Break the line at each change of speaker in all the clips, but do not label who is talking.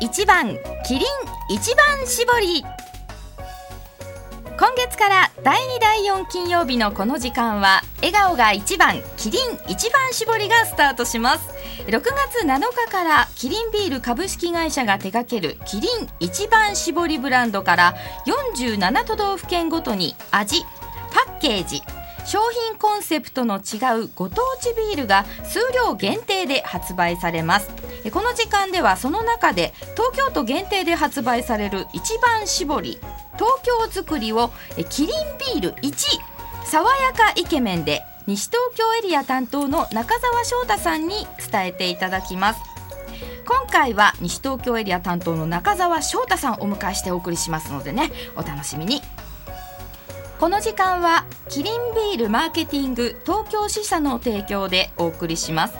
1番キリン一番搾り今月から第2第4金曜日のこの時間は笑顔が1番キリン一番搾りがスタートします6月7日からキリンビール株式会社が手掛けるキリン一番搾りブランドから47都道府県ごとに味パッケージ商品コンセプトの違うご当地ビールが数量限定で発売されますえこの時間ではその中で東京都限定で発売される一番搾り東京づくりをえキリンビール1爽やかイケメンで西東京エリア担当の中澤翔太さんに伝えていただきます今回は西東京エリア担当の中澤翔太さんをお迎えしてお送りしますのでねお楽しみにこの時間はキリンビールマーケティング東京支社の提供でお送りします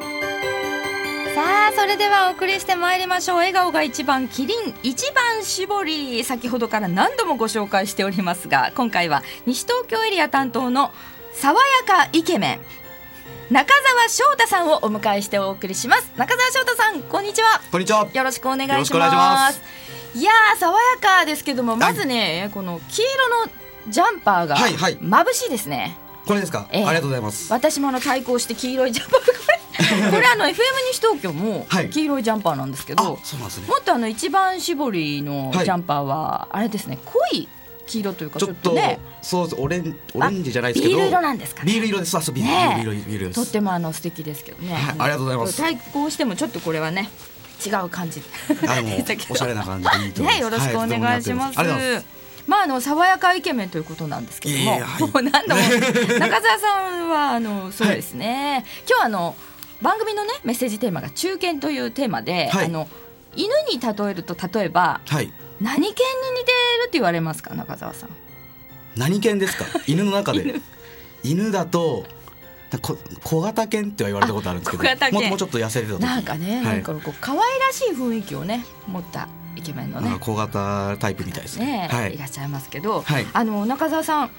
さあそれではお送りしてまいりましょう笑顔が一番キリン一番絞り先ほどから何度もご紹介しておりますが今回は西東京エリア担当の爽やかイケメン中澤翔太さんをお迎えしてお送りします中澤翔太さんこんにちは
こんにちは。
よろしくお願いしま
よろ
す。
しくお願いします
いやー爽やかですけども、まずね、この黄色のジャンパーが
はいはい
眩しいですね。
これですか、
ええ
ありがとうございます。
私もあの対抗して黄色いジャンパーこれ、これあの FM 西東京も
はい
黄色いジャンパーなんですけど、
あ、そうなんですね
も。っとあの一番搾りのジ
はい
ャンパーはあれですね、濃い黄色というか
ち
ちょ
ょっ
っ
と、
とね、
そうですオレンオ
あ
レンジじゃないですけど、
ビール色なんですかね
ビール色です。あ、そうビール、
ねえ
ビール色ビール色です。
とってもあの素敵ですけどね。
はいありがとうございます
対抗してもちょっとこれはね、違う感じ。
あ でも
でしたけど
おしゃれな感じでいいと思います。
ね、よろしくお願いします。
はどうもやって
まあ、あの爽やかイケメンということなんですけども、
いえいえはい
もう何度も中澤さんはあのそうですね。今日あの番組のねメッセージテーマが中堅というテーマで、
はい
あの犬に例えると例えば
ます。はい。
何犬に似てるって言われますか中澤さん。
何犬ですか？犬の中で。犬だと。なんかこ小型犬っては言われたことあるんですけど、
あ小型犬
ももうちょっと痩せてた時
なんかね、
はい
なんかこう可愛らしい雰囲気をね持ったイケメンのね
あ小型タイプみたいです
ね、、
ね。はいい
ら。っしゃいますけど、
はい
あの中澤さん、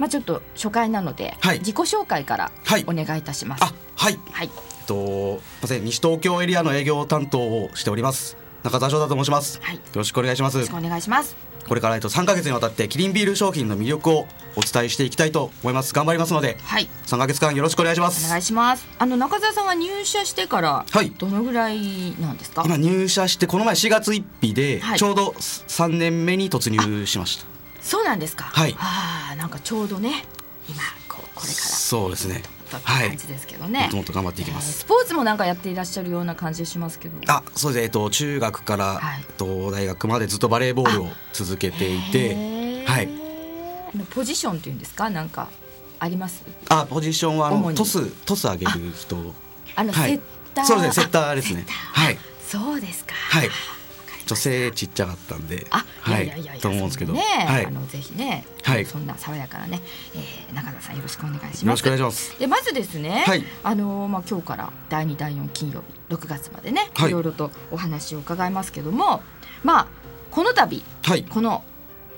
まあ、ちょっと初回なので、
はい
自己紹介から
はい
お願いいたします。
あ、はい。
はい、
えっと、すいません西東京エリアの営業担当をしております。中澤翔太と申します。
はい
よろしくお願いします。
よろしくお願いします。
これからえっと3ヶ月にわたってキリンビール商品の魅力をお伝えしていきたいと思います。頑張りますので、
はい、
3ヶ月間よろしくお願いしま
お
す
願。いします。あの中澤さんは入社してから
はい
どのぐらいなんですか。
今入社してこの前4月1日で
はい
ちょうど3年目に突入しました。
そうなんですか。
はい
ああ、なんかちょうどね、今こうこれか
そうですね。
らと
は
いう
い
感。じですけどね。
もっともっと頑張っていきま
えー
す。
スポーツもなんかやっていらっしゃるような感じしますけど。
あ、そうですね。えっと中学から
はい
えっと大学までずっとバレーボールを続けていて、
へー
はい。
あのポジションっていうんですか、なんかあります。
あ、ポジションはあ
主
の
に
トストス上げる人。
あの、
はい
セッター。
そうですね。セッターですね。はい。
あ。そうですか。
はい
わかりました
女性ちっちゃかったんで、
あ、、
はいい
やいやいやいや、
と思うんですけど、
ね、
はい、
あ
よ
のぜひね、
はい
そんな爽やかなね、えー、中田さんよろしくお願いします。
ろしくお願いします。
でまずですね、
はい
あのーまあ今日から第二第四金曜日6月までね、
はい
いろいろとお話を伺いますけども、まあこの度
はい、
この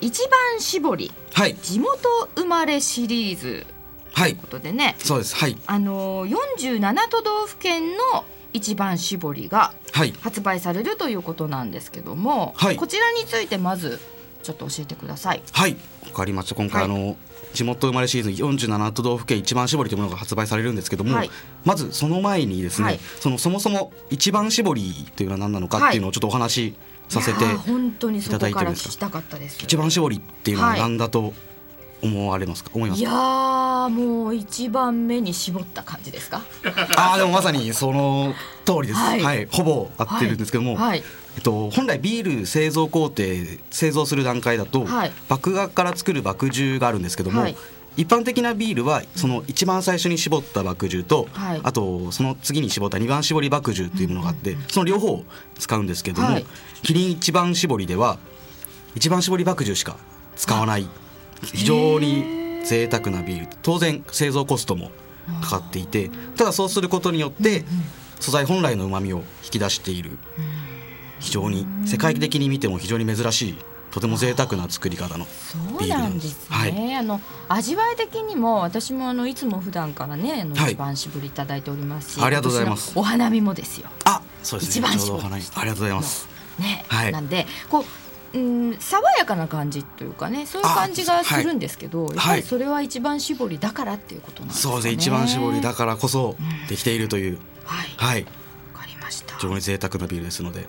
一番絞り
はい、
地元生まれシリーズ
はい
という、ことでね、
そうです、はい、
あのー、47都道府県の一番絞りが
はい。
発売されるということなんですけども、
はい
こちらについてまずちょっと教えてください。
はい、わかりました。今回、
はい
あの地元生まれシリーズ47都道府県一番絞りというものが発売されるんですけども、
はい
まずその前にですね、
はい
そのそもそも一番絞りというのは何なのかっていうのをちょっとお話しさせて、
いやー本当にそこ
い
か
ただいてる
ら
んです
聞
か
きたかったです。
一番絞りっていうのは
はい
何だと思われますか、思いま
い
す
や
か。
ーもう一番目に絞った感じですか。
ああ、でもまさにその通りです。
は
はいい、ほぼ合ってるんですけども、
はい
えっと、本来ビール製造工程製造する段階だと、
はい
麦芽から作る麦汁があるんですけども、
はい
一般的なビールはその一番最初に絞った麦汁と、
はい
あとその次に絞った二番搾り麦汁というものがあって、その両方を使うんですけども、
はい
キリン一番搾りでは一番搾り麦汁しか使わない非常に贅沢なビール当然製造コストもかかっていてただそうすることによって素材本来のうまみを引き出している非常に世界的に見ても非常に珍しいとても贅沢な作り方の
そう
ビール
な
なんん
で
ですす
ね。あの味わい的にも私もあのいつも普段からねあの
はい
一番搾りいただいておりますし、
ありがとうございます
今年のお花見もですよ。
あそうです
一
ね
番搾り
ちょうどお花にありがとうございます
ね、
はい
なんでこう、うん、爽やかな感じというかねそういう感じがするんですけど、やっぱ
は
り
い
それは一番搾りだからっていうことなんですかね。
そうですね一番搾りだからこそできているという、
はい、わ
はい
かりました。
非常に贅沢なビールですので
はい、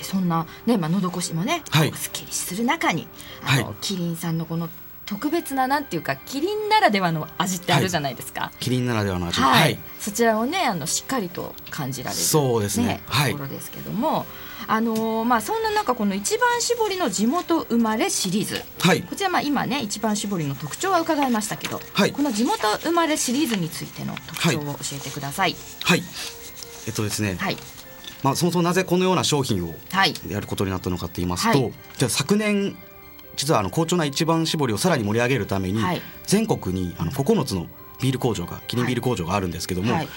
えそんな、ねまあ、のどこしもね、
はい
こうすっきりする中にあの、
はい
キリンさんのこの特別ななんていうかキリンならではの味ってあるじゃないですか。
キリンならではの味
はい、そちらをねあのしっかりと感じられる、
そうですねはい
ところですけども、あのーまあそんな中この一番搾りの地元生まれシリーズ
はい
こちらまあ今ね一番搾りの特徴は伺いましたけど、
はい
この地元生まれシリーズについての特徴を
は
教えてください。
はいえっとですね、
はい
まあ、そもそもなぜこのような商品を
はい
やることになったのかと言いますと、
はい
じゃあ昨年実はあの好調な一番搾りをさらに盛り上げるために、
はい
全国にあの9つのビール工場がキリンビール工場があるんですけども、
はい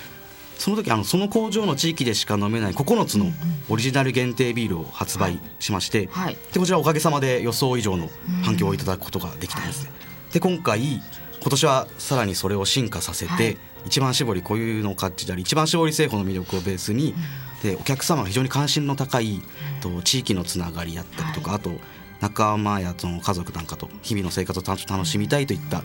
その時あのその工場の地域でしか飲めない9つのオリジナル限定ビールを発売しまして、
はい
でこちらおかげさまで予想以上の反響をいただくことができたんですね。で今回今年はさらにそれを進化させて、
はい
一番搾り固有の価値である一番搾り製法の魅力をベースに、でお客様が非常に関心の高い、と地域のつながりだったりとか、あと仲間やその家族なんかと日々の生活を楽し楽しみたいといった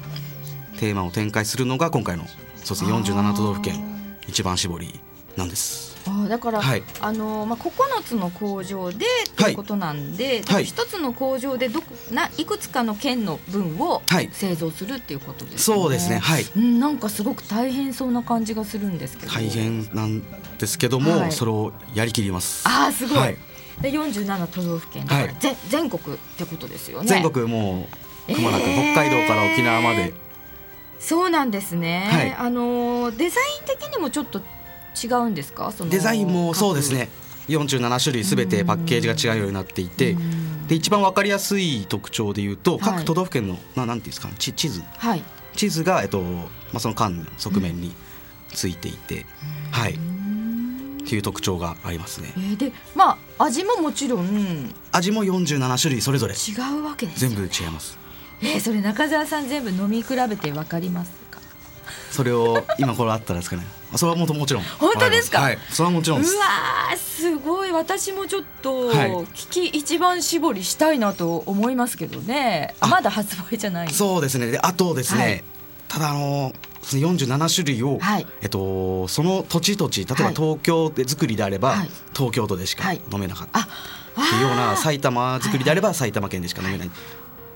テーマを展開するのが今回のそうですね
あー
47都道府県一番搾りなんです。
あーだから、
はい
あのーまあ九つの工場でということなんで、
はい
一つの工場でどこないくつかの県の分を
はい
製造するっていうことですよね。
そうですねはい
うん、なんかすごく大変そうな感じがするんですけど。
大。変なんですけども、
はい
それをやりきります。
ああすごい。
はい
で四十七都道府県だから、
はい
ぜ全国ってことですよね。
全国もうくまなく、
えー
北海道から沖縄まで
そうなんですね。
はい
あのーデザイン的にもちょっと違うんですか。その
デザインもそうです。ね47種類すべてパッケージが違うようになっていてで一番わかりやすい特徴で言うと
はい
各都道府県のななんていうんですかねち地図
各はい。
地図が、えっとまあ、その間の側面についていて、はいっていう特徴がありますね
えーでまあ味ももちろん
味も47種類それぞれ
違うわけですよ
全部違います
えー、それ中澤さん全部飲み比べてわかりますか
それを今これあったらですかねあそれはもともちろん
本当ですか
わりますはいそれはもち
う
ろ
わ
んです
ーすごい私もちょっと
はい
聞き一番絞りしたいなと思いますけどね、
あ
まだ発売じゃない
そうですね。であとですね、
はい
ただあのその47種類を、
はい
えっとその土地土地例えば
はい
東京で作りであれば、
はい
東京都でしか
はい
飲めなかった、
ああ
っていうような
ー
埼玉作りであれば埼玉県でしか飲めない、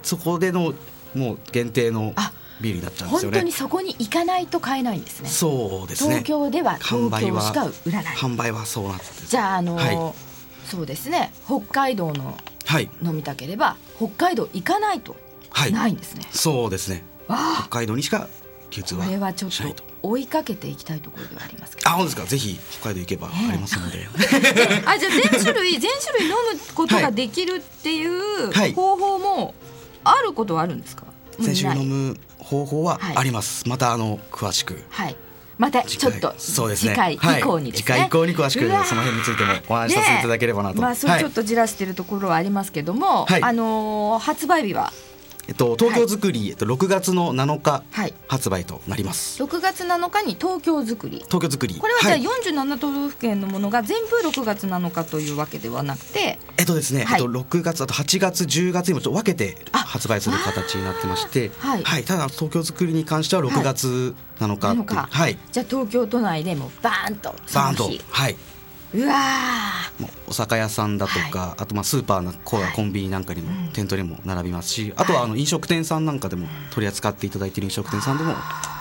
そこでのもう限定の
あ
ビールだったんですよ
本当に
ね。
そこに行かないと買えないんですね
そうですね。
東京では東
販売
京
は
しか売らない
販売はそうなんです。
じゃああのー
は
そうですね北海道の
はい
飲みたければ北海道行かないと
はい、
ないんですね、
そうですね。北海道にしか流通
こ
は
れはちょっ
しないと
と。追いかけていきたいところではありますけど
あ本当ですか。ぜひ北海道行けばあります ので。
あじゃあ全種類全種類飲むことができるっていう
はい
方法もあることはあるんですか？
先週
ない
飲む方法は
はい
あります、またあの詳しく
はい。またちょっと
そうです
次
ね
回以降にですね。
はい、次回以降に詳しく
うわー
その辺についてもお話しさせていただければなと、
まあそ
は
れ
い
ちょっとじらしてるところはありますけども、
はい
あのー発売日は
えっと、東京作り、えっと、6月の7日
はい
発売となります、
6月7日に東京づくり。
東京作り
これはじゃあ
い
47都道府県のものが全部6月7日というわけではなくて、
えっとですね、
はい
えっと、6月あと8月10月にもちょっと分けて発売する形になってまして
あーはい
ただ東京作りに関しては6月7日ってい
7
う
日
はい
じゃあ東京都内でもバーンとそ
バー
の
ンと
日
はい、
うわー
もうお酒屋さんだとか、あとまあスーパーなこう
はい
コンビニなんかにも店頭にも並びますし、あとはあの飲食店さんなんかでも取り扱っていただいている飲食店さんでも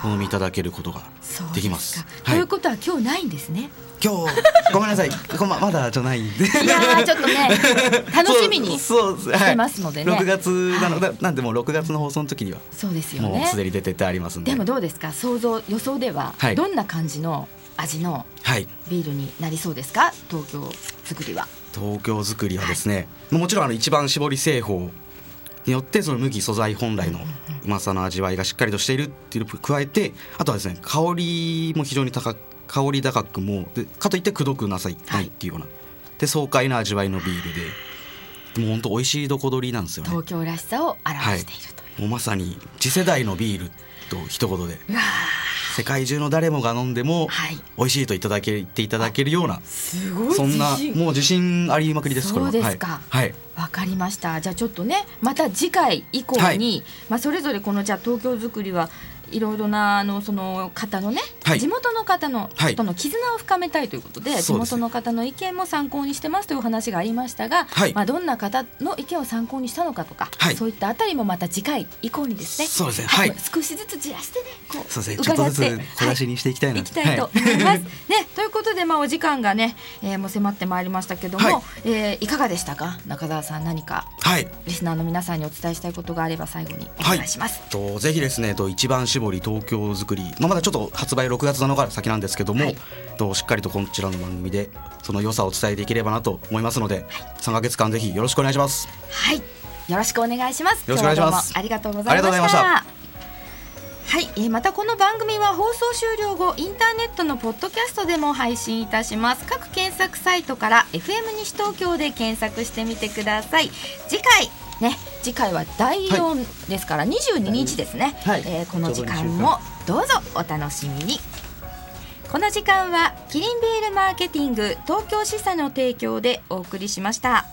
お飲みいただけることが
そう
できます。
か
は
と
い、
いう
今
ことは今日ないんですね。
日ごめんなさい、ごままだじゃ ないん
い
で。
やーちょっとね 楽しみにそ
そうそう
してますのでね
はい、6月なので、なんでもう6月の放送の時には
うですよ
もう
ね
すでに出ててありますんで。
でもどうですか想像予想では
はい
どんな感じの味の
はい。
ビールになりそうですか東京作りは
東京作りはですね、もちろんあの一番搾り製法によってその麦素材本来のうまさの味わいがしっかりとしているっていうのを加えてあとはですね香りも非常に高く香り高くもでかといってくどくなさい
はい
ないっていうような、で爽快な味わいのビールでもう本当美味しいどこどりなんですよね
東京らしさを表しているという、
もうまさに次世代のビールと一言で
うわ
世界中の誰もが飲んでも
はい
美味しいといただけ言っていただけるような
ーすごい
そんな
自信
もう自信ありまくりですこれは
そうですか
はい、はい
わかりましたじゃあちょっとねまた次回以降に、
はい
まあ、それぞれこのじゃあ東京づくりはいろいろなあのその方のね、
はい
地元の方の、
はい
との絆を深めたいということで
そうです
地元の方の意見も参考にしてますというお話がありましたが、
はい
まあ、どんな方の意見を参考にしたのかとか、
はい
そういったあたりもまた次回以降にですね
そうですねはい
あの少しずつじらしてねこう
そうですねちょっと
伺っ
ずつ
て
小出しにしていきたいな、
いきたいと
は
思います。ね、ということで、まあ、お時間がね、えーもう迫ってまいりましたけども、
はい
いえーいかがでしたか中澤さん何か
はい
リスナーの皆さんにお伝えしたいことがあれば最後にお願いします。
とぜひですねと一番絞り東京づくり、まあ、まだちょっと発売6月7日から先なんですけども、
はい
としっかりとこちらの番組でその良さを伝えていければなと思いますので、3ヶ月間ぜひよろしくお願いします
はい、よろしくお願いします。
よろしくお願いします
今日はどうもありがとうございま
ありがとうご
し
ざいま
た。はい、えーまたこの番組は放送終了後インターネットのポッドキャストでも配信いたします各検索サイトから FM 西東京で検索してみてください次回ね次回は第4ですから22日ですね、
はい
えーこの時
ちょう
間
ど二週間
もどうぞお楽しみにこの時間はキリンビールマーケティング東京支社の提供でお送りしました。